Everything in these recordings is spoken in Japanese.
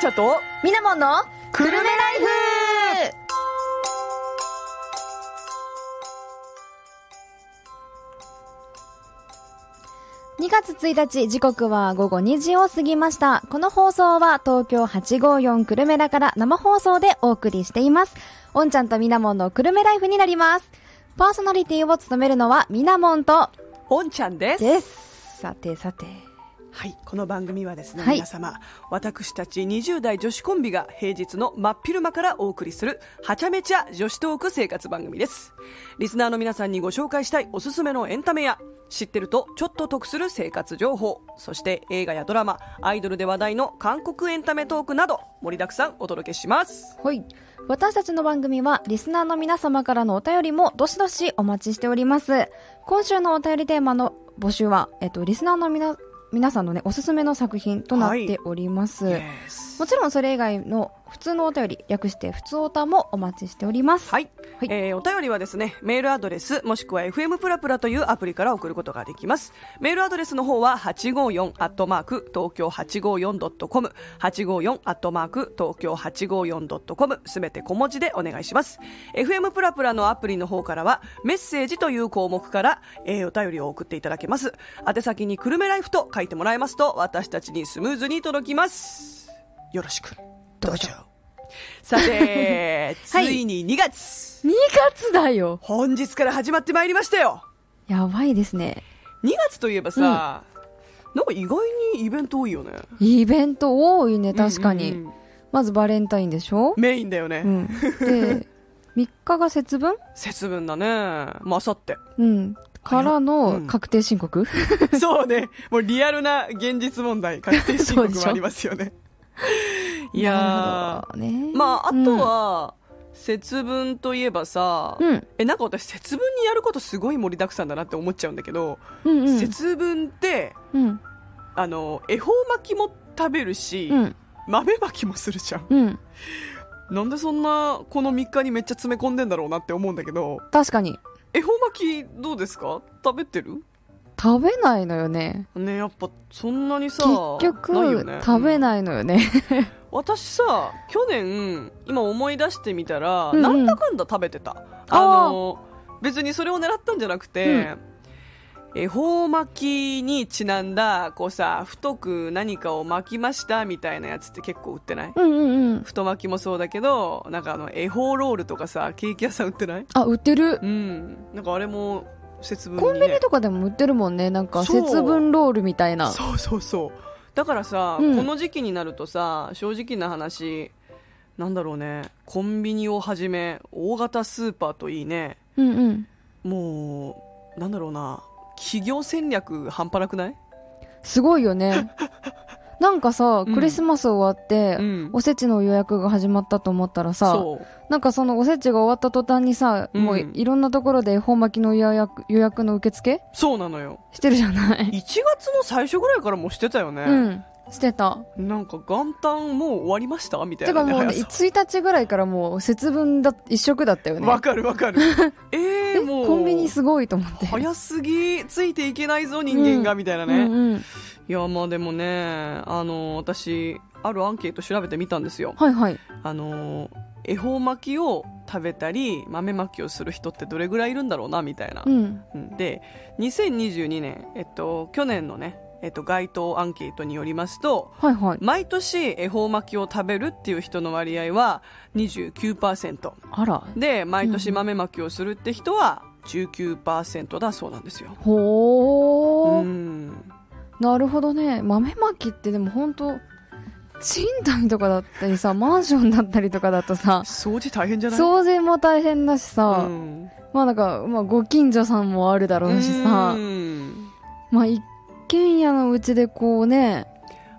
ちゃとみなもんのくるめライフ2月1日時刻は午後2時を過ぎましたこの放送は東京854くるめらから生放送でお送りしていますおんちゃんとみなもんのくるめライフになりますパーソナリティを務めるのはみなもんとおんちゃんですですさてさてはいこの番組はですね、はい皆様私たち20代女子コンビが平日の真っ昼間からお送りするはちゃめちゃ女子トーク生活番組ですリスナーの皆さんにご紹介したいおすすめのエンタメや知ってるとちょっと得する生活情報そして映画やドラマアイドルで話題の韓国エンタメトークなど盛りだくさんお届けしますはい。私たちの番組は、リスナーの皆様からのお便りも、どしどしお待ちしております。今週のお便りテーマの募集は、えっと、リスナーのみな、皆さんのね、おすすめの作品となっております。もちろんそれ以外の普通のお便り、略して普通おたもお待ちしております。はい、はいえーお便りはですねメールアドレスもしくは FM プラプラというアプリから送ることができますメールアドレスの方は854アットマーク東京 854.com 854アットマーク東京 854.com すべて小文字でお願いします FM プラプラのアプリの方からはメッセージという項目から、えーお便りを送っていただけます宛先に久留米ライフと書いてもらえますと私たちにスムーズに届きますよろしくどうぞさて、 はいついに2月2月だよ本日から始まってまいりましたよやばいですね。 2月といえばさ、なんか意外にイベント多いよねイベント多いね、確かに。うんうんうんまずバレンタインでしょメインだよね、うん。で、3日が節分節分だねまあさってうん。からうのん確定申告、 そうねもうリアルな現実問題確定申そうで告しもょありますよ ねいやなるほどねーまああと、は、節分といえばさ、うんうんえなんか私節分にやることすごい盛りだくさんだなって思っちゃうんだけど、うんうん節分ってうんあの恵方巻きも食べるし、うん豆巻きもするじゃんうんなんでそんなこの3日にめっちゃ詰め込んでんだろうなって思うんだけど確かに恵方巻きどうですか食べてる食べないのよねねやっぱそんなにさ結局ないよね食べい、ないのよねうん私さ去年今思い出してみたら、うんうんなんだかんだ食べてたあの別にそれを狙ったんじゃなくて、恵方巻きにちなんだこうさ太く何かを巻きましたみたいなやつって結構売ってないうんうんうん太巻きもそうだけどなんかあの恵方ロールとかさケーキ屋さん売ってないあ売ってるうん、なんかあれも節分に、ね、コンビニとかでも売ってるもんねなんかそう節分ロールみたいなそうそうそうだからさ、うんこの時期になるとさ正直な話なんだろうねコンビニをはじめ大型スーパーといいねうんうんもうなんだろうな企業戦略半端なくないすごい よねなんかさうんクリスマス終わって、うんおせちの予約が始まったと思ったらさそうなんかそのおせちが終わった途端にさ、うんもういろんなところで恵方巻きの予約予約の受付そうなのよしてるじゃな1い月の最初ぐらいからもうしてたようね、んしてたなんか元旦もう終わりましたみたいてかな、もうね、早さ1日ぐらいからもう節分だ、一色だったよね。わかるわ かるええー、もうコンビニすごいと思って。早すぎついていけないぞ人間が、うんみたいなうね、んうん。いやまあでもねあの私あるアンケート調べてみたんですよはいはい。あの恵方巻きを食べたり豆巻きをする人ってどれぐらいいるんだろうなみたいなう、ん。うんで2022年、えっと、去年のね、えっと、該当アンケートによりますとはいはい。毎年恵方巻きを食べるっていう人の割合は29%あら。で毎年豆巻きをするって人は19%だそうなんですよ、ほうー。んなるほどね。豆まきってでもほんと、賃貸とかだったりさ、マンションだったりとかだとさ、掃除大変じゃない掃除も大変だしさ、うんまあなんか、まあご近所さんもあるだろうしさ、うんまあ一軒家のうちでこうね、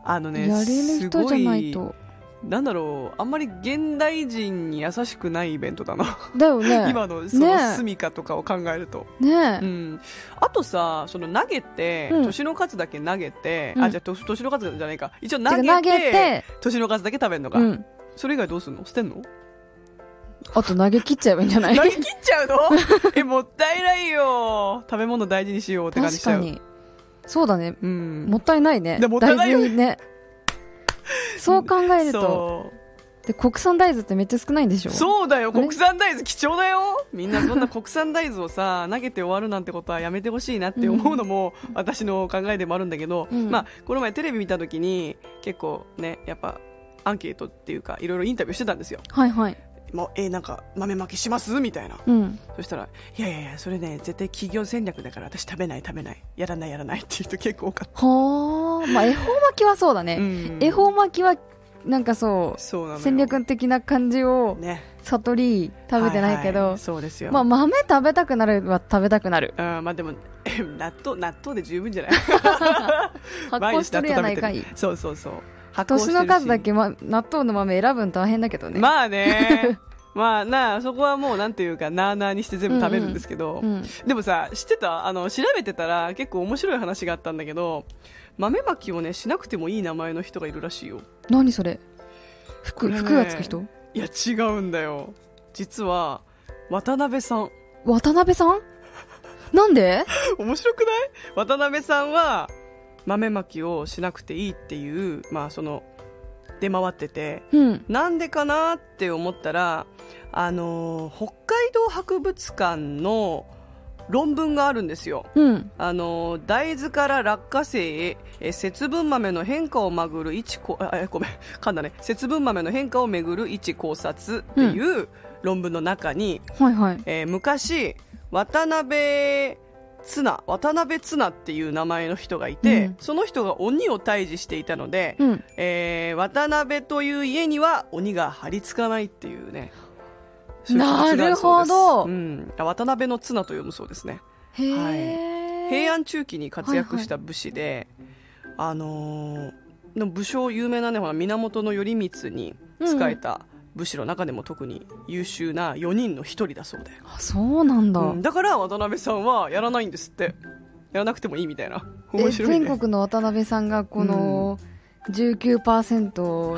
あのねやれる人じゃないすごと。なんだろうあんまり現代人に優しくないイベントだな、だよね。今のそのね住みかとかを考えると、ねう。ん、あとさその投げて、うん年の数だけ投げて、うんあじゃあと年の数じゃないか一応て投かげて投げて、年の数だけ食べるのか、うん。それ以外どうすんの捨て んのあと投げ切っちゃえばいいんじゃな投げい切っちゃうのえもったいないよ食べ物大事にしようって感じ確しちかゃうに。そうだね。うんもったいない ね。でもったいないよね大事にね。そう考えるそとで国産大豆ってめっちゃ少ないんでしょうそうだよあれ国産大豆貴重だよみんなそんな国産大豆をさ 投げて終わるなんてことはやめてほしいなって思うのも私の考えでもあるんだけど、うんまあ、この前テレビ見た時に結構ねやっぱアンケートっていうかいろいろインタビューしてたんですよはいはいもうえなんか豆まきしますみたいなうんそしたら「いやいやいやそれね絶対企業戦略だから私食べない食べないやらないやらない」っていう人結構多かっはあまあ恵方巻きはそうだた、ね、ん恵方巻きはなんかそそうなのうよ戦略的な感じをね悟り食べてないけど、ははそうですよまあ豆食べたくなるは食べたくなるあーまあでも 納豆納豆で十分じゃない発毎酵日しとるやないかい納豆食べてるそうそうそう発酵して年るしの数だけ、ま、納豆の豆選ぶん大変だけどね、まあ ねまあなあそこはもうなんていうかなあなあにして全部食べるんですけど、うん、でもさ知ってたあの調べてたら結構面白い話があったんだけど豆まきをねしなくてもいい名前の人がいるらしいよ何それこ服れね服がつく人いや違うんだよ実は渡辺さん 渡辺さんなんで面白くない渡辺さんは豆まきをしなくていいっていうまあその出回っててうんなんでかなって思ったらあのー北海道博物館の論文があるんですようんあのー大豆から落花生へえー節分豆の変化をまぐる一こあえごめん噛んだね節分豆の変化をめぐる一考察っていう論文の中に、はいはいえー昔渡辺綱渡辺綱っていう名前の人がいて、うんその人が鬼を退治していたので、うんえー渡辺という家には鬼が張り付かないっていうねそういうなるほどそういうことなんですうん、渡辺の綱と読むそうですねへえ、平安中期に活躍した武士で、あのーの武将有名なねほら源頼光に仕えた武士の中でも特に優秀な4人の1人だそうで、あそうなんだ、うんだから渡辺さんはやらないんですってやらなくてもいいみたいな面え白い、ね、全国の渡辺さんがこの19%を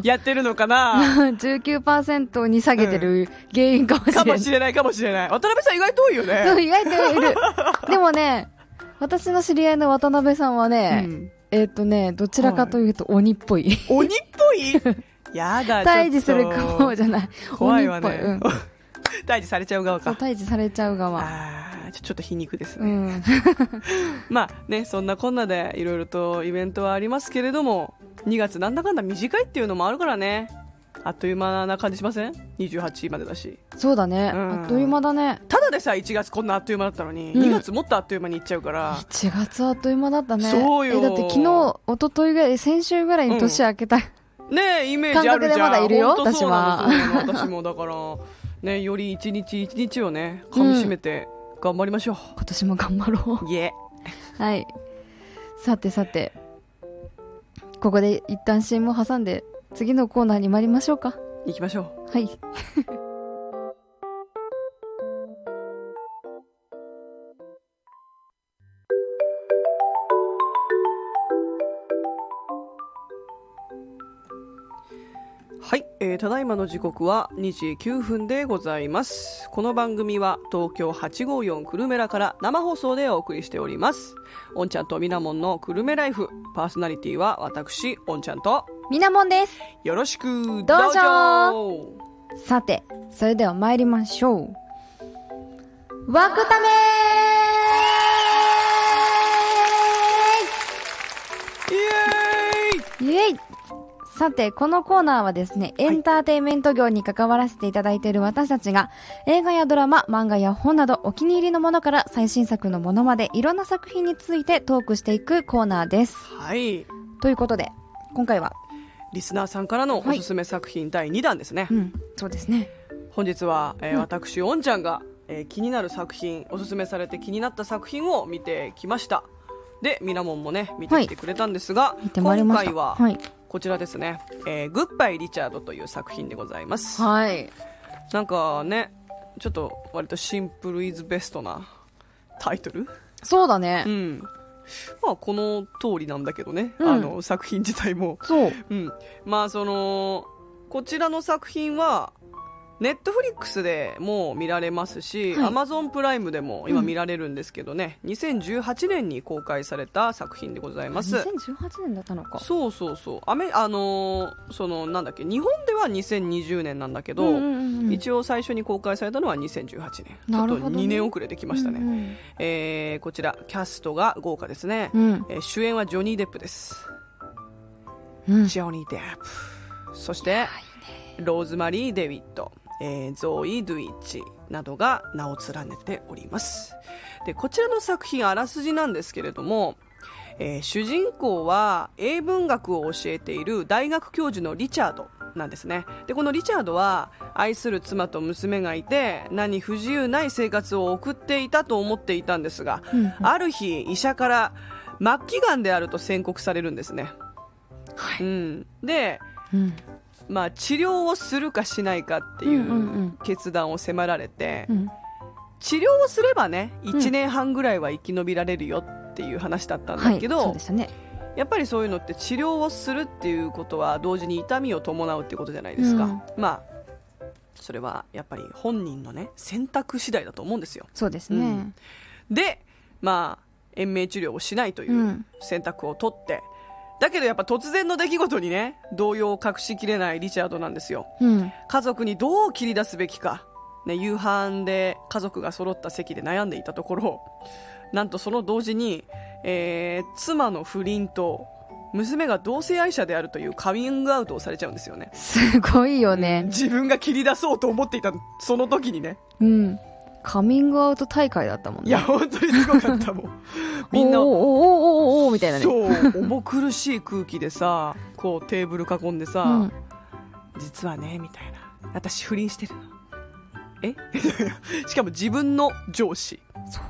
やってるのかな19%に下げてる原因かもしれなかい、もしれないかもしれない渡辺さん意外と多いよでもね、意外とい る。でもね、私の知り合いの渡辺さんはね、うんえっ、とね、どちらかというと鬼っぽい。鬼っぽい や だ退治する顔顔じゃない。怖い鬼わっぽい。ね、うん。 退治されちゃう側そう、か退治されちゃう側。あーちょちょっと皮肉ですうね、ん。まあねそんなこんなでいろいろとイベントはありますけれども2月なんだかんだ短いっていうのもあるからねあっという間な感じしません28までだし そうだね、うんあっという間だね。ただでさえ1月こんなあっという間だったのに、うん2月もっとあっという間にいっちゃうから1月あっという間だったね。そうよえだって昨日、一昨日ぐらい、先週ぐらいに年明けた。ねえイメージあるじゃん感覚でまだいるよほんとそうなのそ私うなの私もだからねより一日一日をね噛み締めて頑張りましょ 今年も頑張ろ う、いえう。はい。さてさて、ここで一旦 CM を挟んで、次のコーナーに参りましょうか。行きましょうはい。はい、えーただいまの時刻は2時9分でございますこの番組は東京854久留米らから生放送でお送りしておりますおんちゃんとみなもんの久留米ライフパーソナリティは私おんちゃんとみなもんです。よろしくどうぞさて、それでは参りましょう。ワクためイエーイイエイさて、このコーナーはですね、エンターテインメント業に関わらせていただいている私たちが、映画やドラマ、漫画や本など、お気に入りのものから最新作のものまで、いろんな作品についてトークしていくコーナーです。はいということで、今回は、リスナーさんからのおすすめ作品第2弾ですね、うん、そうですね。本日は、えー私おんちゃんが、えー気になる作品おすすめされて気になった作品を見てきましたでみなもんもね見てきてくれたんですが、見てまいり今ました。回ははい。こちらですね、えーグッバイ・リチャード」という作品でございますはい。なんかねちょっと割とシンプル・イズ・ベストなタイトルそうだねう。んまあこの通りなんだけどね、うんあの作品自体もそう。うん、まあそのこちらの作品はネットフリックスでもう見られますし、はいアマゾンプライムでも今見られるんですけどね、2018年に公開された作品でございます。 2018年だったのかそうそうそう、アメあのーそのなんだっけ、日本では2020年なんだけど、うんうんうん一応最初に公開されたのは2018年、なちるょほっどとね2年遅れてきましたね、うんえーこちら、キャストが豪華ですね、うんえー主演はジョニー・デップです、うんうんジョニー・デップ、そしてローズマリー・デビッド、えーゾーイ・ドゥイッチなどが名を連ねておりますでこちらの作品あらすじなんですけれども、えー主人公は英文学を教えている大学教授のリチャードなんですねでこのリチャードは愛する妻と娘がいて何不自由ない生活を送っていたと思っていたんですが、うんある日医者から末期がんであると宣告されるんですね、はうん、でうんまあ、治療をするかしないかっていんうんううんう決断を迫られて、うん治療をすればね1年半ぐらいは生き延びられるよっていう話だったんはだいけそど、うでしたねやっぱりそういうのって治療をするっていうことは同時に痛みを伴うってことじゃないですか、うんまあそれはやっぱり本人のね選択次第だと思うんですよそうですうねんでまあ延命治療をしないといううん選択を取って、だけどやっぱ突然の出来事にね動揺を隠しきれないリチャードなんですようん家族にどう切り出すべきか、ね、夕飯で家族が揃った席で悩んでいたところなんとその同時に、えー妻の不倫と娘が同性愛者であるというカミングアウトをされちゃうんですよねすごいよね自分が切り出そうと思っていたその時にねうんカミングアウト大会だったもんねいや本当にすごかったもんみんなおーおーおーおーおーみたいなねそう重苦しい空気で さこうテーブル囲んでさ、うん実はねみたいな私不倫してるのえ しかも自分の上司、そ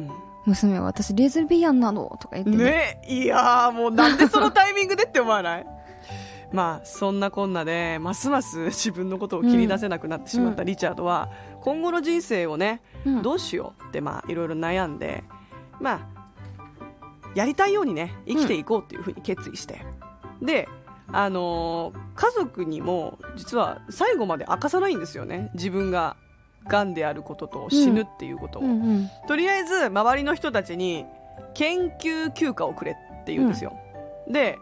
う娘は私レズビアンなのとか言ってん、ねいやーもうなんでそのタイミングでって思わない まあそんなこんなでますます自分のことを切り出せなくなってしまったリチャードは、今後の人生をねうんどうしようってまあいろいろ悩んでまあやりたいようにね生きていこうっていうふうに決意して、であのー家族にも実は最後まで明かさないんですよね自分ががんであることと死ぬっていうことを、うんうんとりあえず周りの人たちに研究休暇をくれって言うんですよ、で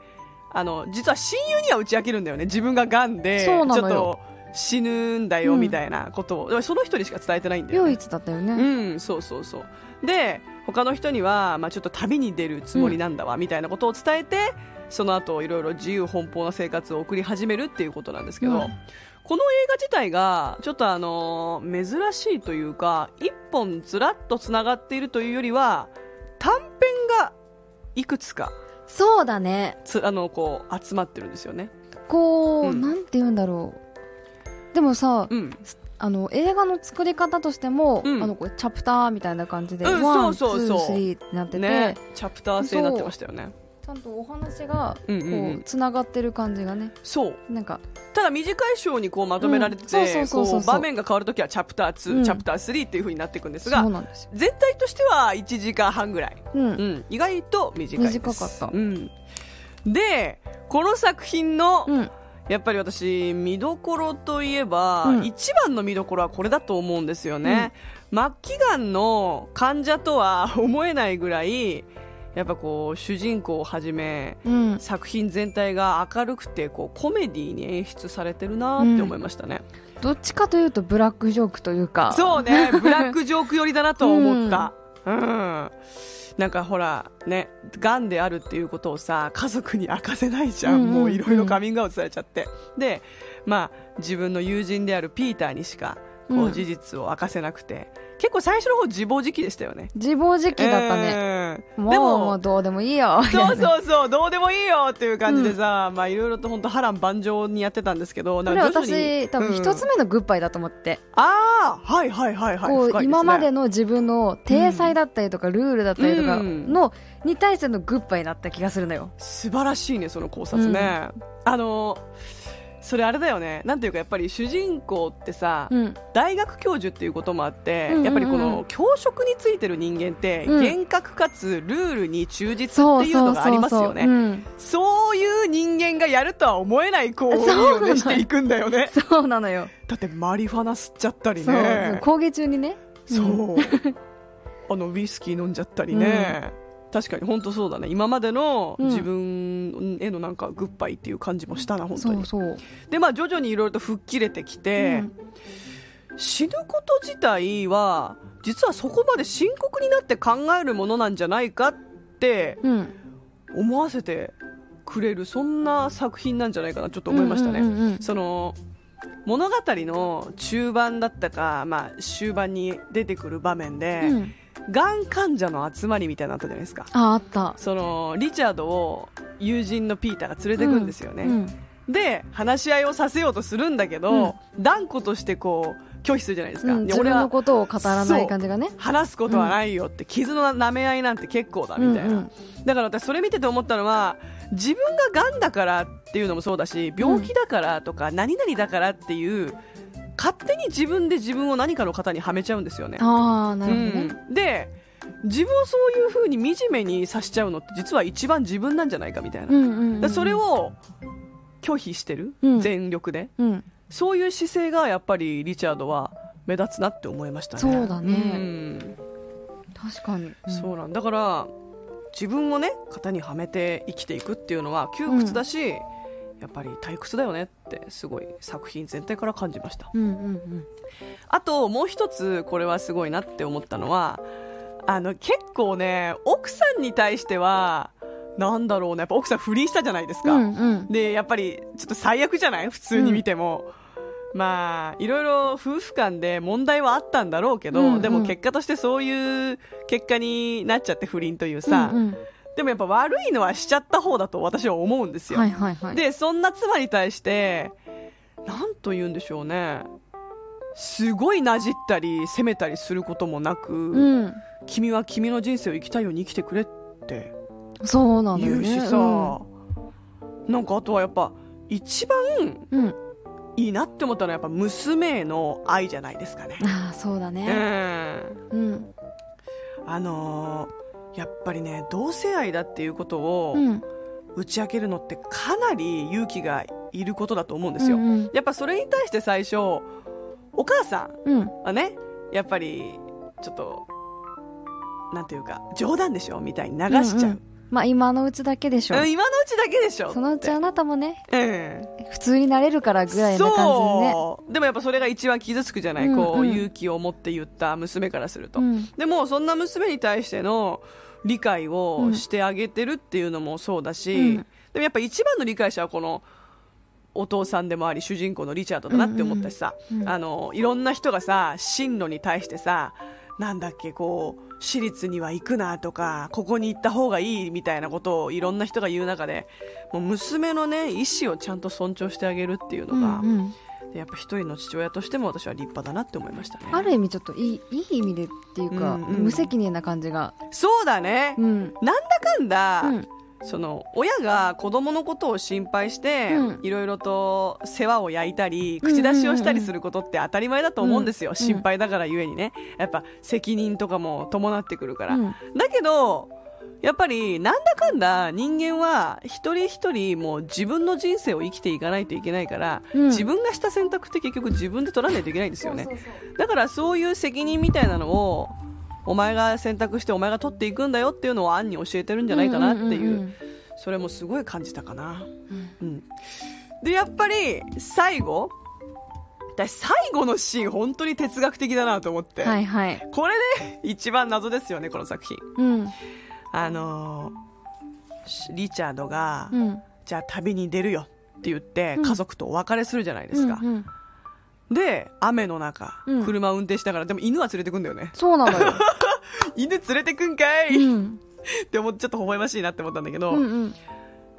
あの実は親友には打ち明けるんだよね自分ががんでちそょうなのっよと死ぬんだよみたいなことを、でもその人にしか伝えてないんだよね唯一だったよねうん、そうそうそうで他の人には、まあ、ちょっと旅に出るつもりなんだわ、みたいなことを伝えてその後いろいろ自由奔放な生活を送り始めるっていうことなんですけど、うんこの映画自体がちょっとあのー珍しいというか一本ずらっとつながっているというよりは短編がいくつかそうだねつあのこう集まってるんですよね。こう、うんなんて言うんだろうでもさ、うん、あの映画の作り方としても、うんあのこうチャプターみたいな感じで、うんワンツそうそうそうースリーってなってて、ねチャプター制になってましたよね。ちゃんとお話がうんこううんうん、つながってる感じがねそうなんかただ短い章にこうまとめられてうんそうてそうそうそうこそう場う面が変わるときはチャプター2、うんチャプター3っていうふうになっていくんですそうがなんですよ、全体としては1時間半ぐらい、うんうん、意外と短いです短かったうん、でこの作品の、うんやっぱり私見どころといえば、うん一番の見どころはこれだと思うんですよね、末期がんの患者とは思えないぐらいやっぱこう主人公をはじめうん、作品全体が明るくてこうコメディに演出されてるなって思いましたね、どっちかというとブラックジョークというかそうね ブラックジョーク寄りだなとは思ったうん、なんかほらねがんであるっていうことをさ家族に明かせないじゃん,、うんうんうんもういろいろカミングアウトされちゃってでまあ自分の友人であるピーターにしかこううん事実を明かせなくて、結構最初の方自暴自棄でしたよね自暴自棄だったね、ね、うんもうでももうどうでもいいよみたい なそねうそうそう、どうでもいいよっていう感じでさ、まあいろいろと本当波乱万丈にやってたんですけど、こなんれか徐々に私多分一つうん目のグッバイだと思って、ああ、はいはいはいはい。こう深いすね今までの自分の体裁だったりとか、ルールだったりとかうんの、に対してのグッバイだった気がするのよ。素晴らしいね、その考察ね。あの、それあれだよねなんていうかやっぱり主人公ってさ、うん大学教授っていうこともあって、うんうんうんやっぱりこの教職についてる人間って、うん厳格かつルールに忠実そっうていうそのうがありそうますそよう、ねう、そうんいう人間がやるとは思えない行為を、そうなのね、していくんだよねそうなのよ、だってマリファナ吸っちゃったりそうそうね講義中にねそううん あのウイスキー飲んじゃったりね、確かに本当そうだね今までのうん自分へのなんかグッバイっていう感じもしたな本当そにうそう、でまあ徐々にいろいろと吹っ切れてきて、死ぬこと自体は実はそこまで深刻になって考えるものなんじゃないかってうんうん、思わせてくれるそんな作品なんじゃないかなちょっと思いましたね。うんうんうんうんその物語の中盤だったか、まあ、終盤に出てくる場面で、うん、がん患者の集まりみたいなのあったじゃないですかああったそのリチャードを友人のピーターが連れてくんですよね、うんで話し合いをさせようとするんだけど、断固としてこう拒否するじゃないですか、うん、で自分俺のはことを語らない感じがね話すことはないよって、傷の舐め合いなんて結構だみたいな、うんうんだから私それ見てて思ったのは自分ががんだからっていうのもそうだし病気だからとか何々だからっていう勝手に自分で自分を何かの方にはめちゃうんですよね。ああなるほどね、うんで自分をそういう風に惨めにさせちゃうのって実は一番自分なんじゃないかみたいな、うんうんうんだからそれ、を拒否してる、うん全力でうん、そういう姿勢がやっぱりリチャードは目立つなって思いましたね。そうだねうん確かに、うんそうなんだから自分をね型にはめて生きていくっていうのは窮屈だし、やっぱり退屈だよねってすごい作品全体から感じましたうんうんうんあともう一つこれはすごいなって思ったのはあの結構ね奥さんに対してはなんだろうねやっぱ奥さん不倫したじゃないですか、うんうんでやっぱりちょっと最悪じゃない普通に見ても、まあいろいろ夫婦間で問題はあったんだろうけど、うんうんでも結果としてそういう結果になっちゃって不倫というさ、うんうんでもやっぱ悪いのはしちゃった方だと私は思うんですよ、はいはいはいでそんな妻に対してなんと言うんでしょうねすごいなじったり責めたりすることもなく、うん、君は君の人生を生きたいように生きてくれってそうなんだよ言うねしさ、なんかあとはやっぱ一番うん、うん、いいなって思ったのはやっぱ娘への愛じゃないですかね。ああそうだうね、ん、うんあのーやっぱりね同性愛だっていうことをうん、打ち明けるのってかなり勇気がいることだと思うんですよ。うんうんやっぱそれに対して最初お母さんうんはねやっぱりちょっとなんていうか冗談でしょみたいに流しちゃう。うんんんまあ今のうちだけでしょ、今のうちだけでしょそのうちっあなたもねてうん普通になれるからぐらいな感じでねそうでもやっぱそれが一番傷つくじゃない、うんこううん勇気を持って言った娘からすると、うんでもそんな娘に対しての理解うをんしてあげてるっていうのもそうだし、うんでもやっぱ一番の理解者はこのお父さんでもあり主人公のリチャードだなって思ったしさ、うんうんうんあのいろんな人がさ進路に対してさなんだっけこう私立には行くなとかここに行った方がいいみたいなことをいろんな人が言う中でもう娘のね意思をちゃんと尊重してあげるっていうのが、うんうんでやっぱ一人の父親としても私は立派だなって思いましたねある意味ちょっといいいい意味でっていうか、うんうん無責任な感じが、そうだね、うんなんだかんだ、うんその親が子供のことを心配して、うんいろいろと世話を焼いたりうんうんう口ん出しをしたりすることって当たり前だと思うんですよ、うん心配だからゆえにねやっぱ責任とかも伴ってくるから、うんだけどやっぱりなんだかんだ人間は一人一人もう自分の人生を生きていかないといけないから、うん自分がした選択って結局自分で取らないといけないんですよねだからそういう責任みたいなのをお前が選択してお前が取っていくんだよっていうのをアンに教えてるんじゃないかなっていう,、んんんそれもすごい感じたかな、うんうん、でやっぱり最後私最後のシーン本当に哲学的だなと思って、はいはい、これね一番謎ですよねこの作品うんあのーリチャードが、うん、じゃあ旅に出るよって言ってうん家族とお別れするじゃないですか、うんうんで雨の中うん車運転しながら、でも犬は連れてくんだよねそうなの よ、犬連れてくんかい、うっんて思っちょっと微笑ましいなって思ったんだけど、うんうん、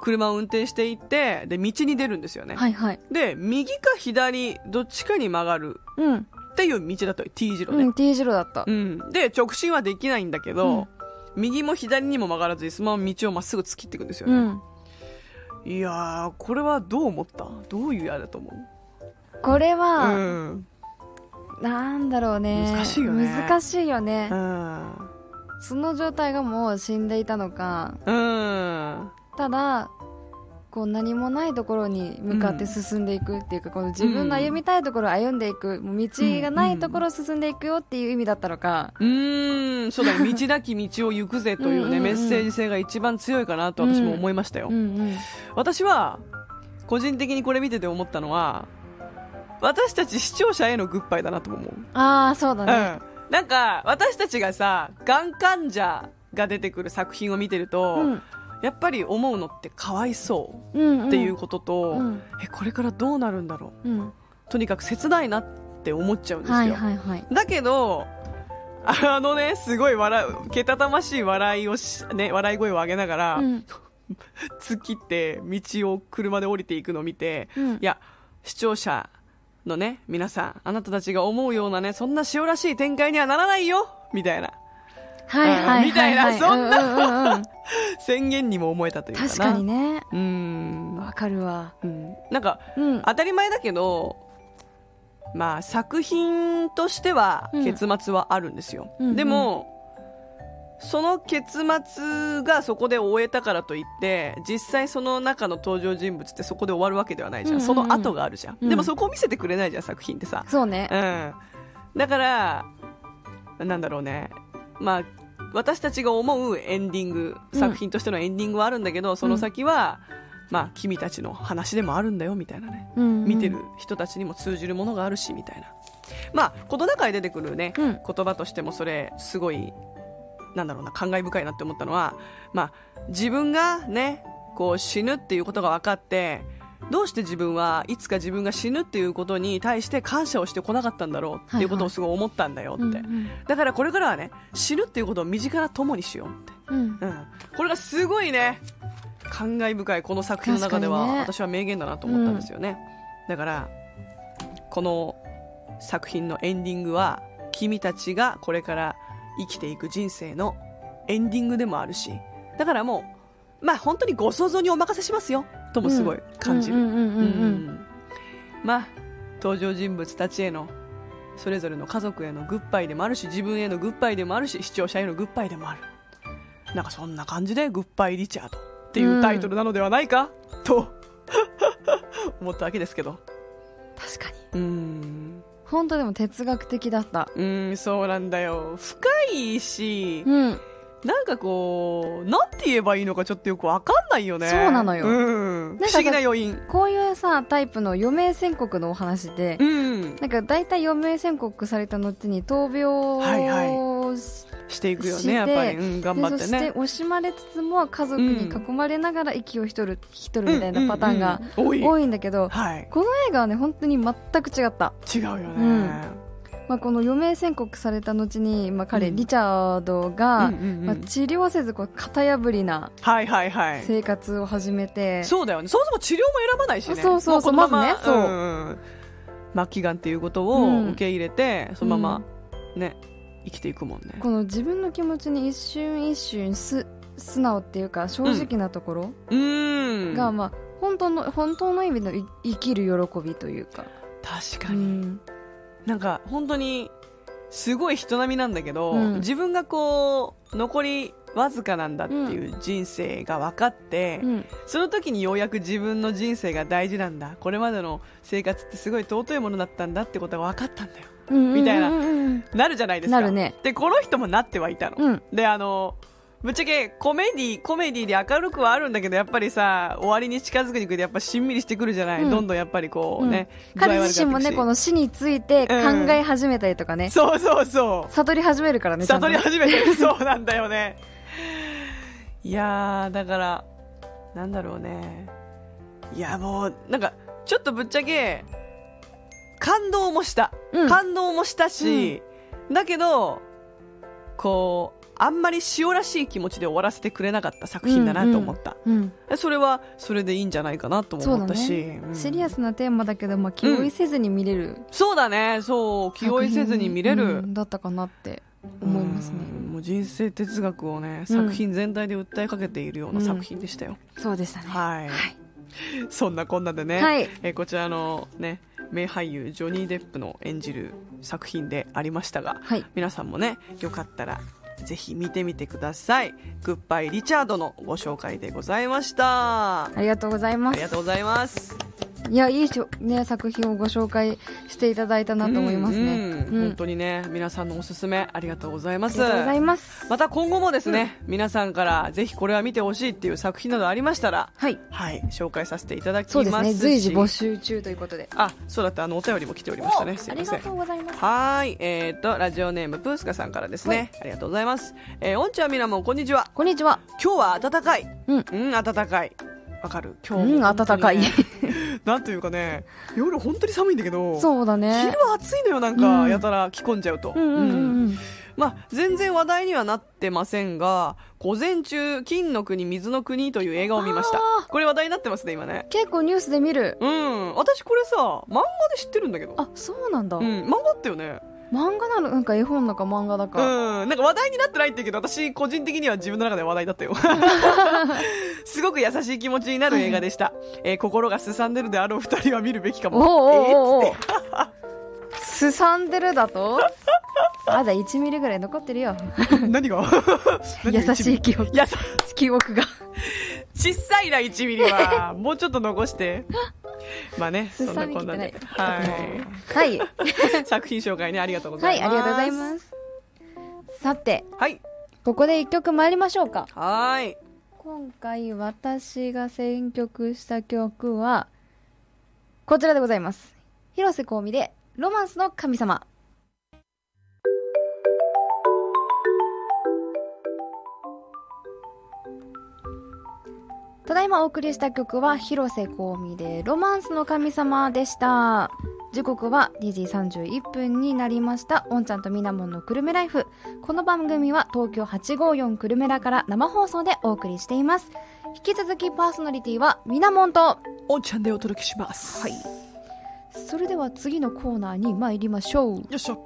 車を運転していってで道に出るんですよね、はいはい、で右か左どっちかに曲がるうんっていう道だったよ T 字路うねん、、T 字路だったう、んで直進はできないんだけど、右も左にも曲がらずにそのまま道をまっすぐ突っ切っていくんですようね、んいやーこれはどう思ったどういうあれだと思う、これは、うんなんだろうね難しいよね難しいよねうんその状態がもう死んでいたのかうんただこう何もないところに向かって進んでいくっていうか、この自分の歩みたいところを歩んでいく、もう道がないところを進んでいくよっていう意味だったのか、うーんそうだね 道なき道を行くぜというねうんうんうんメッセージ性が一番強いかなと私も思いましたよ、うんうん私は個人的にこれ見てて思ったのは私たち視聴者へのグッバイだなとも思う、ああそううだん、ね、なんか私たちがさがん患者が出てくる作品を見てると、うんやっぱり思うのってかわいそううんうん、っていうことと、うんえこれからどうなるんだろうん、うとにかく切ないなって思っちゃうんですよ、はいはいはいだけどあのねすごい笑うけたたましい笑いをし、ね、笑い声を上げながら、うん突っ切って道を車で降りていくのを見て、うんいや視聴者のね皆さんあなたたちが思うようなねそんな塩らしい展開にはならないよみたいなはいはいはいはいみたいなそんな、うんうんうん、宣言にも思えたというかな確かにねうーんわかるわうんなんかうん当たり前だけどまあ作品としてはうん結末はあるんですよ、うんうんでもその結末がそこで終えたからといって実際その中の登場人物ってそこで終わるわけではないじゃん,、うんうんうんその後があるじゃん、うんでもそこを見せてくれないじゃん作品ってさ、そうねうん、だからなんだろうねまあ私たちが思うエンディングうん作品としてのエンディングはあるんだけど、その先は、まあ、君たちの話でもあるんだよみたいなねうんうん見てる人たちにも通じるものがあるしみたいな、まあ、この中に出てくる、ねうん言葉としてもそれすごいなんだろうな感慨深いなって思ったのは、まあ、自分が、ね、こう死ぬっていうことが分かってどうして自分はいつか自分が死ぬっていうことに対して感謝をしてこなかったんだろうっていうことをすごい思ったんだよって、うんうんだからこれからはね死ぬっていうことを身近な友にしようってうんうん、これがすごいね感慨深いこの作品の中で確は、かにね私は名言だなと思ったんですよね、だからこの作品のエンディングは君たちがこれから生きていく人生のエンディングでもあるしだからもうまあ本当にご想像にお任せしますよともすごい感じるうんうんうんうんうんうんまあ登場人物たちへのそれぞれの家族へのグッバイでもあるし自分へのグッバイでもあるし視聴者へのグッバイでもあるなんかそんな感じで「グッバイ・リチャード」っていうタイトルなのではないか、と 思ったわけですけど確かにうーん本当でも哲学的だったうーんそうなんだよ深いしうんなんかこうなんて言えばいいのかちょっとよくわかんないよねそうなのようん、か不さ思議な余韻こういうさタイプの余命宣告のお話で、うんなんか大体余命宣告された後に闘病をはいはいししていくよしてねやっぱり、うん、頑張っでてそしてね惜しまれつつも家族に囲まれながら息をひとるひとるみたいなパターンがうんうんうん多多いいんだけど、はいこの映画はね本当に全く違った、違うよね、うんまあ、この余命宣告された後に、まあ、彼、うんリチャードが、うんうんうんまあ、治療せずこう型破りなはいはいはい生活を始めて、そうだよねそもそも治療も選ばないしねそうそうそうもこのまずねそうんうん末期がんっていうことうをん受け入れて、そのままね生きていくもんねこの自分の気持ちに一瞬一瞬す素直っていうか正直なところうーんが、まあ本当の本当の意味のい生きる喜びというか、確うかに、ん、なんか本当にすごい人並みなんだけど、うん自分がこう残りわずかなんだっていう人生が分かって、うんその時にようやく自分の人生が大事なんだこれまでの生活ってすごい尊いものだったんだってことが分かったんだよみたいなうんうんうんなるじゃないですかなるねでこの人もなってはいたの、うんであのぶっちゃけコメディコメディで明るくはあるんだけどやっぱりさ終わりに近づくにくいでやっぱしんみりしてくるじゃない、うんどんどんやっぱりこうね、うん彼自身も具合ね悪こくなの死について考うんえ始めたりとかっね、てくしそうそうそ悟り始めるからうねちゃんと悟ねり始め てるそうなんだよねいやーだからなんだろうねいやもうなんかちょっとぶっちゃけ感動もしたうん感動もしたし、だけどこうあんまり塩らしい気持ちで終わらせてくれなかった作品だなと思った、うんそれはそれでいいんじゃないかなとも思ったしそううんシリアスなテーマだけど、まあ、気負いせずに見れる、そうだねそう気負いせずに見れる、うんだったかなって思いますねうんもう人生哲学をねうん作品全体で訴えかけているような作品でしたよ、そうでしたねはい、はいそんなこんなでね、はいえーこちらのね名俳優ジョニー・デップの演じる作品でありましたが、はい皆さんもねよかったらぜひ見てみてくださいグッバイ・リチャードのご紹介でございましたあありがとうございますりがとうございますいやいいしょ、ね、作品をご紹介していただいたなと思いますね、うんうんうん本当にね皆さんのおすすめありがとうございまありすがとうございますまた今後もですね、皆さんからぜひこれは見てほしいっていう作品などありましたらはいはい紹介させていただきますしそうですね随時募集中ということであそうだったあのお便りも来ておりましたねすいあまりせがんとうございますはーいえっ、とラジオネームプースカさんからですね、はいありがとうございますえー、おんちゃんみなもんこんにちはこんにちは今日は暖かいうんうん暖かいわかる今日うんも本当にね暖かいなんというかね夜本当に寒いんだけどそうだね昼は暑いのよなんか、うんやたら着込んじゃうと、うんうんうんうんまあ、全然話題にはなってませんが午前中「金の国水の国」という映画を見ましたあこれ話題になってますね今ね結構ニュースで見るうん私これさ漫画で知ってるんだけどあそうなんだ、うん、漫画あったよね漫画なのなんか絵本だか漫画だうか、んなんか話題になってないって言うけど私個人的には自分の中で話題だったよ すごく優しい気持ちになる映画でした、えー心がすさんでるであろう二人は見るべきかおうもおうおうおうすさんでるだとまだ1ミリぐらい残ってるよえーっつって何が 何優がしい記憶いやさ記憶が小さいな1ミリはもうちょっと残してまあねそすんさなみこきんてななでい、はは いい作品紹介ねありがとうごはざいい、ますありがとうございます。さて、はいここで一曲参りましょうか。はーい今回私が選曲した曲は、こちらでございます。広瀬香美で、ロマンスの神様。ただいまお送りした曲は広瀬香美で「ロマンスの神様」でした時刻は2時31分になりましたおんちゃんとみなもんのくるめライフこの番組は東京854くるめらから生放送でお送りしています引き続きパーソナリティはみなもんとおんちゃんでお届けしますはいそれでは次のコーナーに参りましょうよいしょ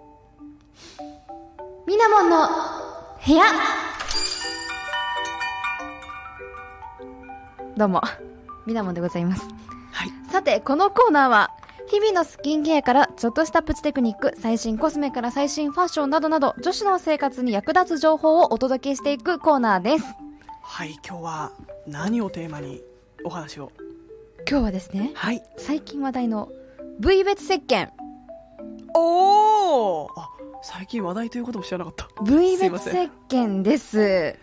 みなもんの部屋どうもみなもんでございますはいさてこのコーナーは日々のスキンケアからちょっとしたプチテクニック最新コスメから最新ファッションなどなど女子の生活に役立つ情報をお届けしていくコーナーですはい今日は何をテーマにお話を今日はですねはい最近話題の部位別石鹸おおあ最近話題ということも知らなかった部位すいま別せん石鹸です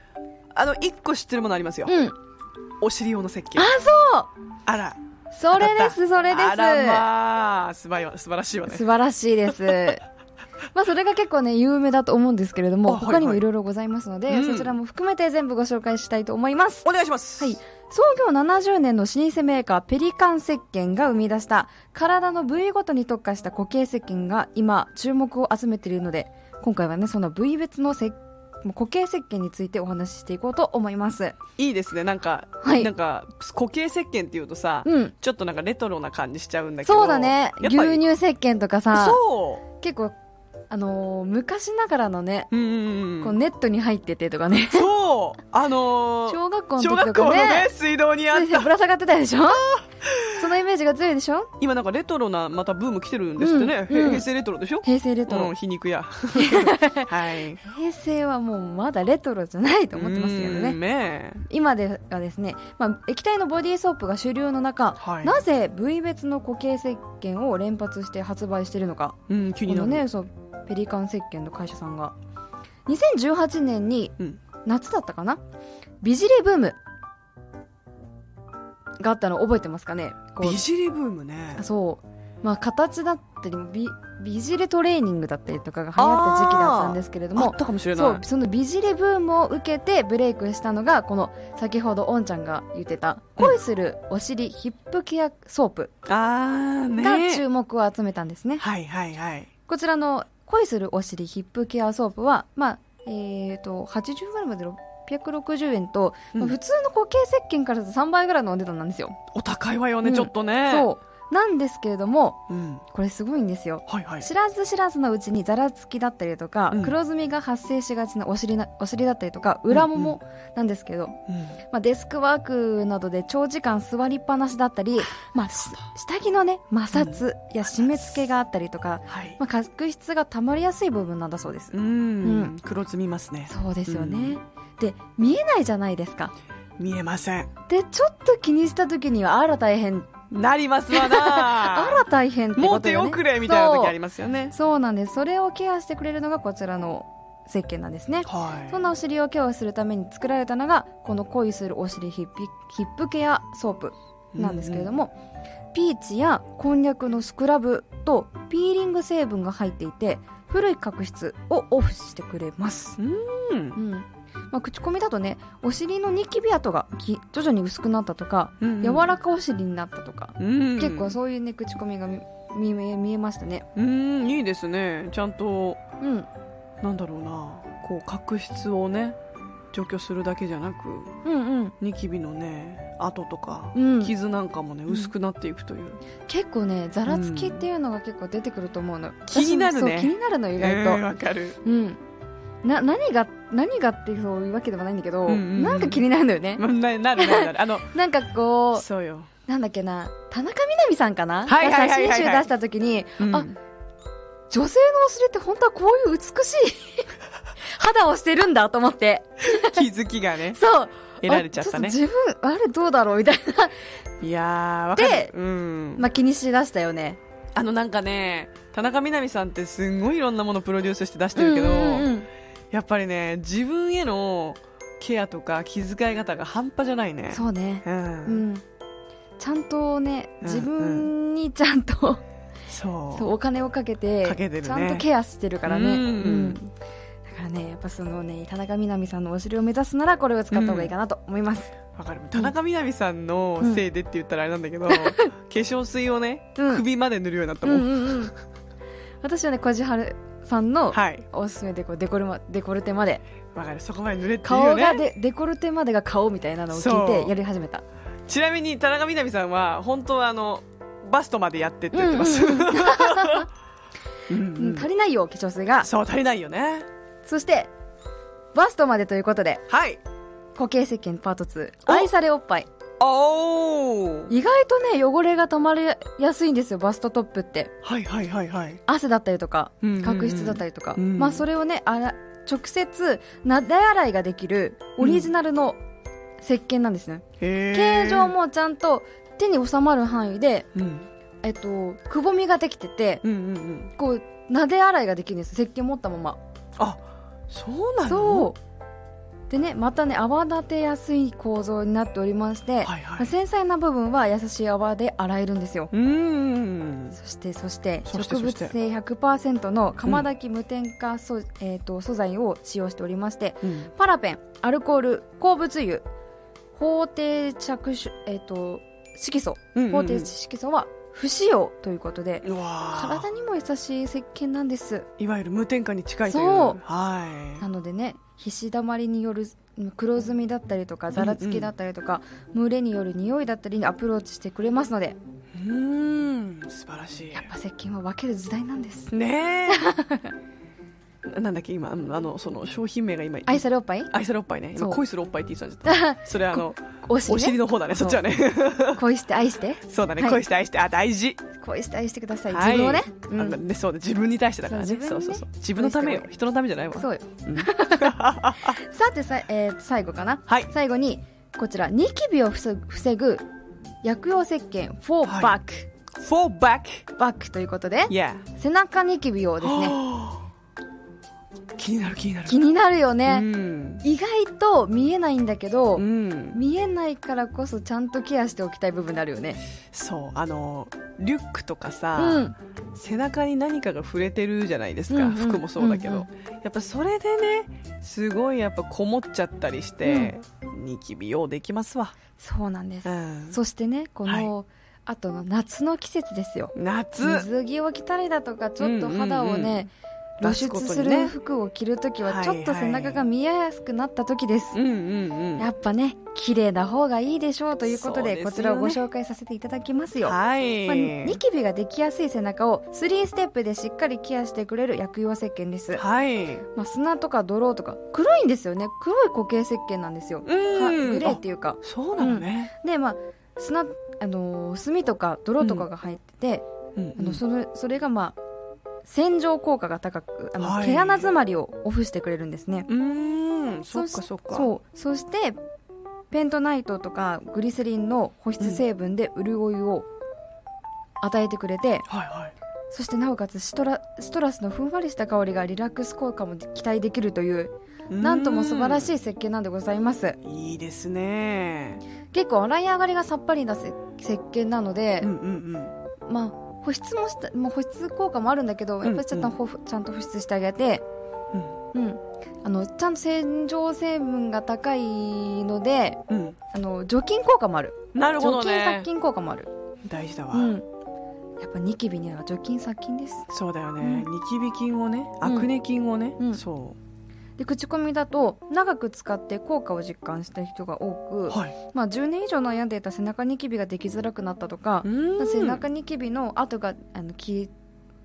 あの一個知ってるものありますよ、うんお尻用の石鹸あそうあらそれですそれですあらまあ素晴ら素晴らしいわね素晴らしいです。 まあそれが結構ね有名だと思うんですけれどもあはい他にもいろいろございますのうで、んそちらも含めて全部ご紹介したいと思いますお願いしますはい創業70年の老舗メーカーペリカン石鹸が生み出した体の部位ごとに特化した固形石鹸が今注目を集めているので今回はねその部位別の石もう固形石鹸についてお話ししていこうと思いますいいですねなんか、はいなんか固形石鹸っていうとさ、うんちょっとなんかレトロな感じしちゃうんだけどそうだねや牛っぱり乳石鹸とかさそ結構あのー昔ながらのねううんうんこううんネットに入っててとかねそうあのー小学校の時小と学か校のねね水道にあっそうですよぶら下がってたでしょそのイメージが強いでしょ今なんかレトロなまたブーム来てるんですってね、うんうん平成レトロでしょ、平成レトロ、うん、皮肉 やはい平成はもうまだレトロじゃないと思ってますけどうねんねえ今ではですね、まあ、液体のボディーソープが主流の中、はいなぜ部位別の固形石鹸を連発して発売しているのかうん気こになのるねそうペリカン石鹸の会社さんが2018年にうん夏だったかな美尻ブームがあったの覚えてますかねこう美尻ブームねそう、まあ、形だったり美美尻トレーニングだったりとかが流行った時期だったんですけれどあもったかもしれそなうその美尻ブームを受けてブレイクしたのがこの先ほどおんちゃんが言ってた恋するお尻ヒップケアソープいあーがね注目を集めたんですねはいはいはいこちらの恋するお尻ヒップケアソープは、まあえー、と80ぐらいまで660円と、うんまあ普通の固形石鹸からだと3倍ぐらいのお値段なんですよ、お高いわよね、うんちょっとねそうなんですけれどもうん、これすごいんですよはいはい知らず知らずのうちにざらつきだったりとか、うん黒ずみが発生しがちなお尻なお尻だったりとか裏ももなんですけど、うんまあ、デスクワークなどで長時間座りっぱなしだったり、まあ、し下着の、ね、摩擦や締め付けがあったりとか、はいまあ、角質がたまりやすい部分なんだそうです。うん、うん黒ずみますねそうですよね、で見えないじゃないですか見えませんでちょっと気にした時にはあら大変なりますわ あなら大変ってもこうと手よ、ね、遅れみたいな時ありまますよねそうそうなんですそれをケアしてくれるのがこちらの石鹸なんですねはいそんなお尻をケアするために作られたのがこの恋するお尻ヒップヒップケアソープなんですけれども、ピーチやこんにゃくのスクラブとピーリング成分が入っていて古い角質をオフしてくれます、うんうんまあ、口コミだとねお尻のニキビ跡がき徐々に薄くなったとかうん柔らかお尻になったとか、うん結構そういうね口コミが見見え見えましたねうんいいですねちゃんとうんなんだろうなこう角質をね除去するだけじゃなくうんうんニキビのね跡とか、うん傷なんかもねん薄くなっていくという、結構ねざらつきっていうのが結構出てくると思うの、気になるね私もそう気になるの意外と、えーわかる うんな何が何がってそういうわけでもないんだけうんど、うんうんなんか気になるんだよね、ななるなるなるあのなんかこそうよ、うなんだっけな田中みな実さんかな、はいはいはいはいはいが写真集出した時にうんあ女性のお尻って本当はこういう美しい 肌をしてるんだと思って 気づきがねそう得られちゃったねあょっと自分あれどうだろうみたいな、いやーわかるでうんまあ、気にしだしたよねあのなんかね田中みな実さんってすごいいろんなものプロデュースして出してるけど、うんうんうんやっぱりね自分へのケアとか気遣い方が半端じゃないねそうねう、うんんちゃんとねうん自分にちゃんと、そうそうお金をかけてかけてるねちゃんとケアしてるからね、うんうんだからねやっぱそのね田中みな実さんのお尻を目指すならこれを使った方がいいかなと思います、わかる田中みな実さんのせいでって言ったらあれなんだけど、化粧水をね、うん首まで塗るようになったうんもん、うんうん、私はね小路春さんのはいおすすめでこうデコルマデコルテまでわかるそこまで塗れっていう顔よねがで、デコルテまでが顔みたいなのを聞いそうてやり始めたちなみに田中みな実さんは本当はあのバストまでやってって言ってます、ううん んうん足りないよ化粧水がそう足りないよねそしてバストまでということではい固形石鹸パート2お愛されおっぱいおー意外とね汚れがたまりやすいんですよバストトップってはいはいはいはい汗だったりとかうんうんうん角質だったりとか、うんまあ、それをねあら直接なで洗いができるオリジナルの石鹸なんですね、へー形状、もちゃんと手に収まる範囲で、うん、えっと、くぼみができててうんうんうんこうなで洗いができるんです石鹸持ったままあそうなのそうでねまたね泡立てやすい構造になっておりまして、はいはまあい繊細な部分は優しい泡で洗えるんですようーんそしてそしてそして植物そし性100%の釜炊き無添加素,、えー、と素材を使用しておりましてうんパラペンアルコール鉱物油法定着手、えー、と色素うんうんうん法定色素は不使用ということで、うわー体にも優しい石鹸なんですいわゆる無添加に近いというそうはいなのでね皮脂だまりによる黒ずみだったりとかざらつきだったりとか、群れによる匂いだったりにアプローチしてくれますのでうーん素晴らしやっぱ石鹸は分ける時代なんですいねえなんだっけ今あのあのその商品名が今愛されおっぱい愛されおっぱいね今そう恋するおっぱいって言ってたじゃ んそれあのお尻,、ね、お尻の方だねそっちはね恋して愛してそうだねはい恋して愛してあ大事恋して愛してください、はい自分をね、あのねそうだ自分に対してだからねそう自分そうにそねうそう自分のためよ恋人のためじゃないわそうようんさてさ、えー最後かな、はい最後にこちらニキビを防ぐ防ぐ薬用石鹸フはォーいバック、 fall back バックということで yeah 背中ニキビをですねはあ 気になる気になる気になるようね、ん意外と見えないんだけど、うん見えないからこそちゃんとケアしておきたい部分であるよねそうあのリュックとかさ、うん背中に何かが触れてるじゃないですか、うんうん服もそうだけど、うんうんやっぱそれでねすごいやっぱこもっちゃったりして、ニキビ用できますわ、そうなんです、んそしてねこの、あとの夏の季節ですよ夏水着を着たりだとかちょっと肌うをね、んうんうん露出すこ出とすにねる服を着るときはちょはっといはい背中が見えやすくなったときです、うんうんうやっぱね綺麗な方がいいでしょうということでそうですよねこちらをご紹介させていただきますんよ、はい、まあ、ニキビができやすい背中を3ステップでしっかりケアしてくれる薬用石鹸です、はいまあ、砂とか泥とか黒いんですよね黒い固形石鹸なんですよ、うんはグレーっていうかそうなのね、でまあ砂あのー炭とか泥とかが入ってて、うんうんあのそれそれがまあ洗浄効果が高くあの、はい毛穴詰まりをオフしてくれるんですねうーんそっかしそっかそうそしてペントナイトとかグリセリンの保湿成分で潤いを与えてくれて、はいはいそしてなおかつシトラシトラスのふんわりした香りがリラックス効果も期待できるというなんとも素晴らしい設計なんでございますうんいいですね結構洗い上がりがさっぱりなせ石鹸なのでう、んうんうんまあ保湿もしたもう保湿効果もあるんだけどやっぱりちょっとほふちゃんと保湿してあげて、うんうん、あのちゃんと洗浄成分が高いのでうんあの除菌効果もあるなるほ除ど菌殺ね菌効果もある、大事だわ、うん、やっぱニキビには除菌殺菌ですそうだよね、うんニキビ菌をねうアんクネ菌をね、うんそで口コミだと長く使って効果を実感した人が多うく、はいまあ、10年以上悩んでいた背中ニキビができづらくなったとかうん背中ニキビの跡があの消え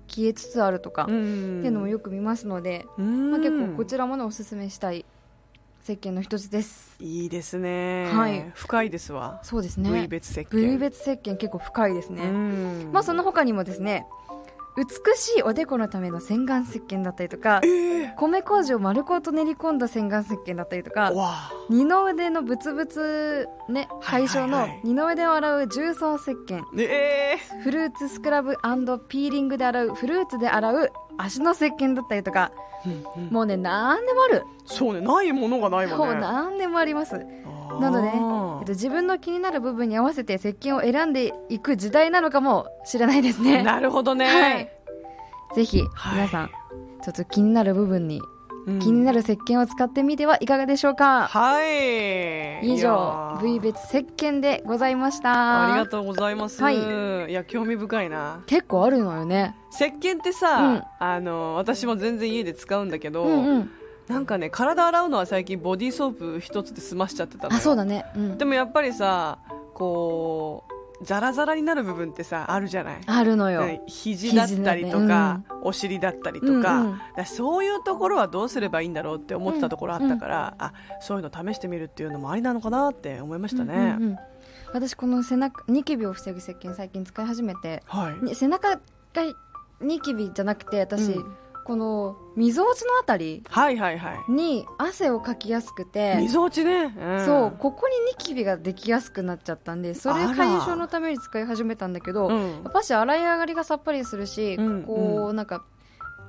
消えつつあるとか、うっんていうのもよく見ますので、うんまあ、結構こちらもねおすすめしたい石鹸の一つですいいですね、はい深いですわそうです部位ね別石鹸部位別石鹸結構深いですね、うんまあその他にもですね美しいおでこのための洗顔石鹸だったりとか米麹を丸ごと練り込んだ洗顔石鹸だったりとわかあ二の腕のブツブツねはいはいはい解消の二の腕を洗う重曹石鹸えフルーツスクラブピーリングで洗うフルーツで洗う足の石鹸だったりとかーうんうんもうね何でもあるそうねないものがないもわうね何でもありまあす、ーなのでねえっと、自分の気になる部分に合わせて石鹸を選んでいく時代なのかもしれないですねなるほどね、はいぜひはい皆さん、ちょっと気になる部分にうん気になる石鹸を使ってみてはいかがでしょうか、はい以いや上ー V 別石鹸でございましたありがとうございます、、はいや興味深いな結構あるのよね石鹸ってさ、あの私も全然家で使うんだけど、うんうんなんかね体洗うのは最近ボディーソープ一つで済ましちゃってたのよあそうだねうんでもやっぱりさこうザラザラになる部分ってさあるじゃないあるのよ、ね肘だったりとか、お尻だったりとか,、うんうんそういうところはどうすればいいんだろうって思ってたところあったから、あそういうの試してみるっていうのもありなのかなって思いましたね、うんうんうん私この背中ニキビを防ぐ石鹸最近使い始めてはい、に背中がニキビじゃなくて私、うんこのみぞおちのあたりはいはいはいに汗をかきやすくてみぞおちね、うんそうここにニキビができやすくなっちゃったんでそれあら解消のために使い始めたんだけど、うやんっぱし洗い上がりがさっぱりするし、うんこうなんか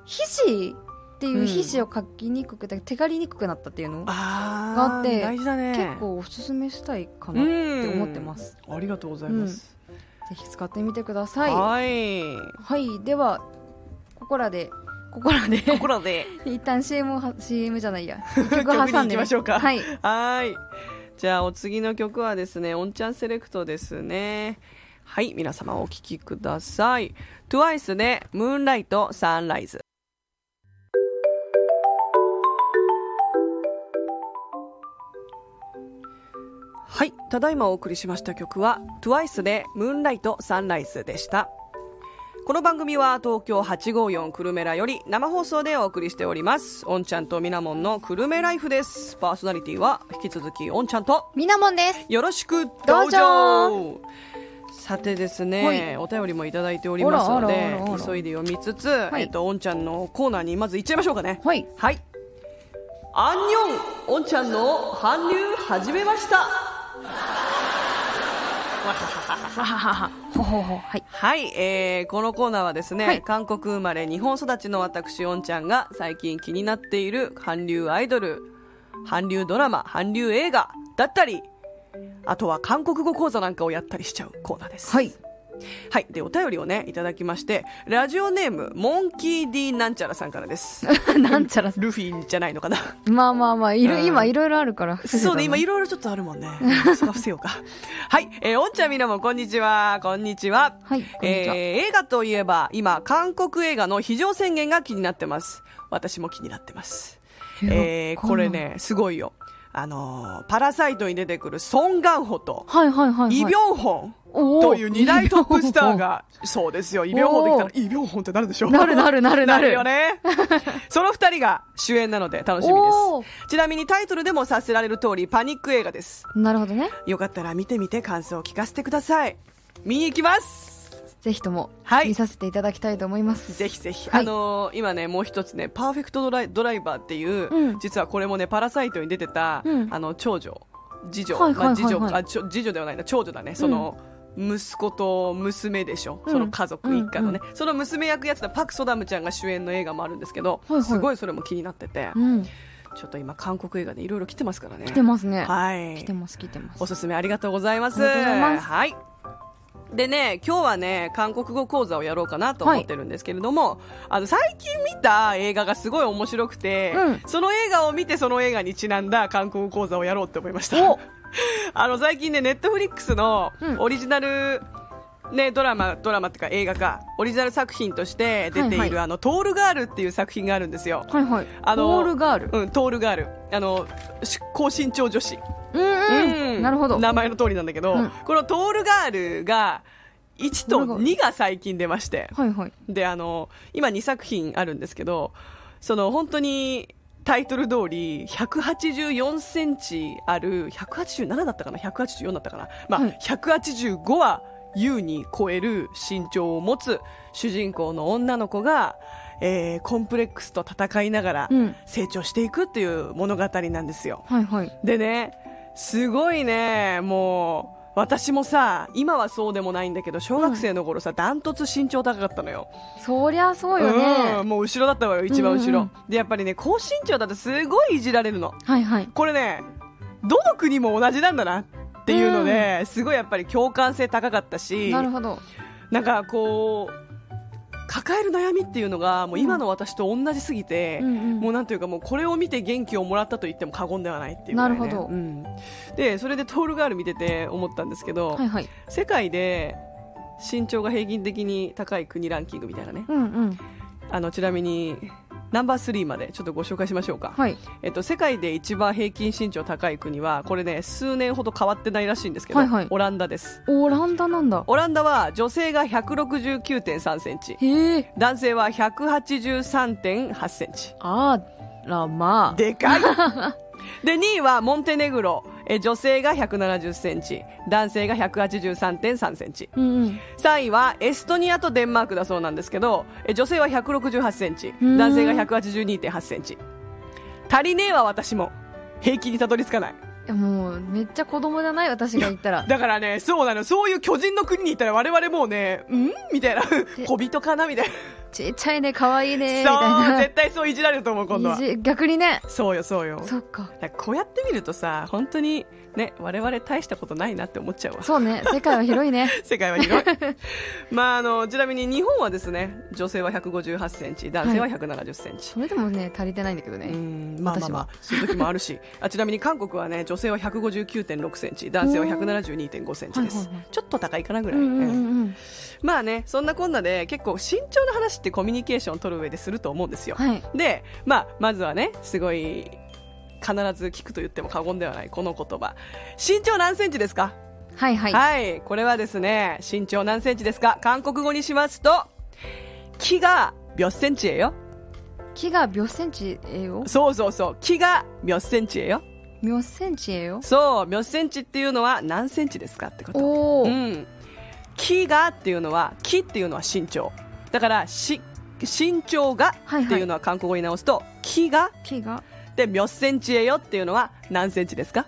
皮脂っていううん皮脂をかきにくくて、手がりにくくなったっていうのあがあって大事だね結構おすすめしたいかなうってん思ってます、ありがとうございます、ぜひ使ってみてくださいははい いではここらでここらでところで 一旦 CM をは CM じゃないや 一曲挟んで、曲に行きましょうかはいはいじゃあお次の曲はですねオンチャンセレクトですねはい皆様お聴きください TWICE で「ムーンライトサンライズ」はいただいまお送りしました曲は TWICE で「ムーンライトサンライズ」でしたこの番組は東京854久留米らより生放送でお送りしておりますおんちゃんとみなもんの久留米ライフですパーソナリティは引き続きおんちゃんとみなもんですよろしくどどううぞぞさてですはいねお便りもいただいておりますのあらあらであらあら急いで読みつつ、いえっとおんちゃんのコーナーにまず行っちゃいましょうかねはいはいアンニョンおんちゃんの韓流始めましたはははは ほほほはいはい、えーこのコーナーはですね、はい韓国生まれ日本育ちの私おんちゃんが最近気になっている韓流アイドル韓流ドラマ韓流映画だったりあとは韓国語講座なんかをやったりしちゃうコーナーですはいはい。で、お便りをね、いただきまして、ラジオネーム、モンキー D なんちゃらさんから です。 なんちゃらさルフィじゃないのかな。まあまあまあ、いる、うん今いろいろあるから。そうね、今いろ。ろいろちょっとあるもん ね。そら伏せようか。はい。えーおんちゃんみなもこんにちは。こんにちは。はい、こんにちは。えー映画といえば今韓国映画の非常宣言が気になってます私も気になってます、えーこれ。ねすごいよあのーパラサイト」に出てくるソン・ガンホとはいはいはい、はい。イ・ビョンホンおーという2大トップスター。がそうですよイ・ビョンホンできたらイ・ビョンホンってなるでしょなるなるなるなるよね その2人が主演なので楽しみおーですちなみにタイトルでもさせられる通りパニック映画ですなるほどね。よかったら見てみて感想を聞かせてください見に行きますぜひとも、はい見させていただきたいと思います。ぜひぜひ、はいあのー今ねもう一つねパーフェクトドライドライバーっていう、うん実はこれもねパラサイトに出てた、うんあの長女次女、はいはいはまいはいあ、次女あちょ次女ではないな長女だねその、息子と娘でしょ、うんその家族一家のね、その娘役やってたパク・ソダムちゃんが主演の映画もあるんですけど、はいはいすごいそれも気になってて、うん。ちょっと今韓国映画でいろいろ来てますからね来てますね。はい来てます、来てますお。すすめありがとうございます。ありがとうございますはい。でね、今日はね、韓国語講座をやろうかなと思ってるんですけれども、あの、最近見た映画がすごい面白くて、うんその映画を見てその映画にちなんだ韓国語講座をやろうって思いましたお。 あの、最近ね、ネットフリックスのうんオリジナル、ね、ドラマ、ドラマっていうか映画か、オリジナル作品として出ている、はいはいあの、トールガールっていう作品があるんですよ。はいはい。あのオールガール。うん、トールガール。あの、し高身長女子。うんうん。なるほど。名前の通りなんだけど、うんこのトールガールが1とトールガール2が最近出まして、はいはい。で、あの、今2作品あるんですけど、その本当にタイトル通り184センチある、187だったかな ?184 だったかなまあ、はい185は優に超える身長を持つ主人公の女の子が、えーコンプレックスと戦いながらうん成長していくっていう物語なんですよ。はいはい。でね、すごいね、もう、私もさ、今はそうでもないんだけど、小学生の頃さ、ダントツ身長高かったのよ。そりゃそうようんね。もう後ろだったわよ、一番後ろ。うんうんで、やっぱりね、高身長だとすごいいじられるの。はいはい。これね、どの国も同じなんだなっていうので、すごいやっぱり共感性高かったし、なるほど。なんかこう、抱える悩みっていうのが、もう今の私と同じすぎて、うんうんもうなんていうか、もうこれを見て元気をもらったと言っても過言ではないっていうぐらいね、なるほどうんで、それでトールガール見てて思ったんですけど、はいはい。世界で身長が平均的に高い国ランキングみたいなね、うんうん。あのちなみにナンバー3までちょっとご紹介しましょうか。はい。えっと、世界で一番平均身長高い国は、これね、数年ほど変わってないらしいんですけど、はいはいオランダです。オランダなんだ。オランダは女性が169.3センチ。へえ。男性は183.8センチ。あらまでかい で、2位はモンテネグロ。え女性が170センチ。男性が183.3センチ。あ。うんうん。 3位はエストニアとデンマークだそうなんですけど、え女性は168センチ。うん男性が182.8センチ。足りねえわ、私も。平均にたどり着かない。いやもう、めっちゃ子供じゃない私が言ったら。だからね、そうなの。そういう巨人の国に行ったら我々もうね、んみたいな。小人かなみたいちっちゃいね、可愛いね、みな。そう、たい絶対そういじられると思う、今度な。は。いじ逆にね。そうよ、そうよ。そっか。だからこうやって見るとさ本当にね我々大したことないなって思っちゃうわそうね、世界は 広いね。世界は広いまああのちなみに日本はですね女性は1 5 8センチ男性は1 7 0センチ、それでもね、足りてないんだけどうね。んまあまあま私はあそういう時もあるしあちなみに韓国はね女性は1 5 9 6センチ男性は1 7 2 5センチです、はいはいはいちょっと高いかなぐうらい、んうんうんうんうん。まあねそんなこんなで結構身長の話ってコミュニケーションを取る上ですると思うんですよ、はい。で、まあ、まずはね、すごい、必ず聞くと言っても過言ではない、この言葉。身長何センチですかはいはい。はい、これはですね、身長何センチですか韓国語にしますと、木が몇센치예요 木が秒センチえよ。そうそうそう、木が몇센치예요 秒センチえよ。そう、몇센チっていうのは何センチですかってこと。おうー。ん。木がっていうのは、木っていうのは身長。だから、し、身長がっていうのは韓国語に直すと、木が木がで、몇센치예요っていうのは何センチですか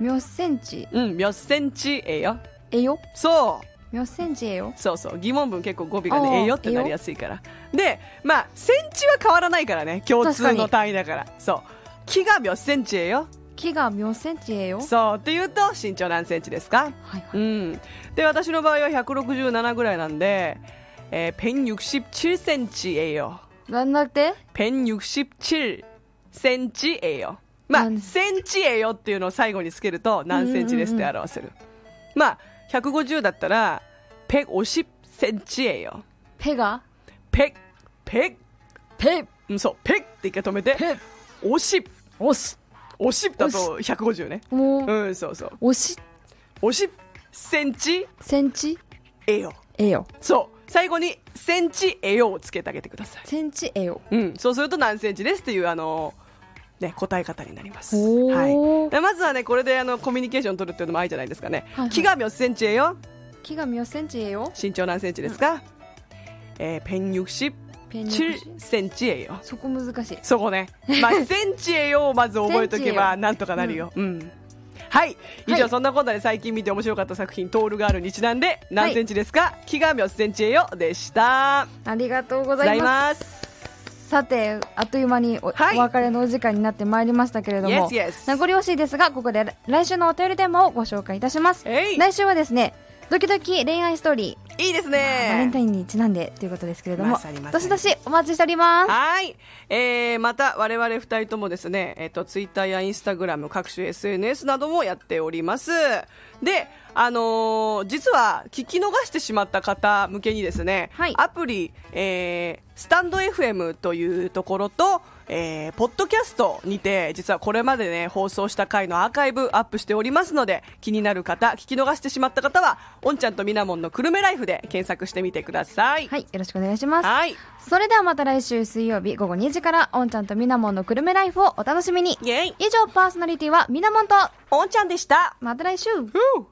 秒センチうん、몇센치예요 えよ。そう秒センチえよ。そうそう疑問文結構語尾があーね「えよ」ってなりやすいからでまあセンチは変わらないからね共通の単位だからそう「木が秒センチえよ」木が4センチへよ。そうって言うと身長何センチですかはいはうい。んで私の場合は167ぐらいなんで、えー、167cm예요 なんだって 167cm예요 まあなんセンチえよっていうのを最後につけると何センチですって表せる、まあ150だったら 150cm예요 ペがペペペうんそうペって一回止めてペおし押すおしだと150ねもう、うんそうそう押し、おしセンチセンチえよえよ。そう最後にセンチえよをつけてあげてください、センチえよ。うん、そうすると何センチですっていうあのね、答え方になります、おーはい、でまずはねこれであのコミュニケーション取るっていうのもありじゃないですかねはいはい木が4センチえよ木が4センチえよ。身長何センチですか、えーペン60ペン7センチえよそこ難しい。そこね。まあ、センチへよをまず覚えとけセンチへば、よなんとかなるよ。うん。はい。以は上、いそんなことで最近見て面白かった作品、トールガールにちなんで、何センチですか木が4センチへよでした。ありがとうごござざいいます。ます。さて、あっという間にお,、はい別れのお時間になってまいりましたけれども、 Yes, yes. 名残惜しいですが、ここで来週のお便りテーマをご紹介いたします。えい来週はですね、ドキドキ恋愛ストーリー、いいですバレンタね。インにちなんでということですけれども、まさにまさどにしどしお待ちしております。はい、えー、また我々二人ともですね、えっとツイッターやインスタグラム各種 SNS などもやっておりますであのー実は聞き逃してしまった方向けにですね、はいアプリ、えースタンド FM というところと、えーポッドキャストにて実はこれまでね放送した回のアーカイブアップしておりますので気になる方聞き逃してしまった方はおんちゃんとみなもんのくるめライフで検索してみてください、はい、よろしくお願いします。はいそれではまた来週水曜日午後2時から、おんちゃんとみなもんのくるめライフをお楽しみに。イエイ以上、パーソナリティはみなもんと、おんちゃんでしたまた来週ふう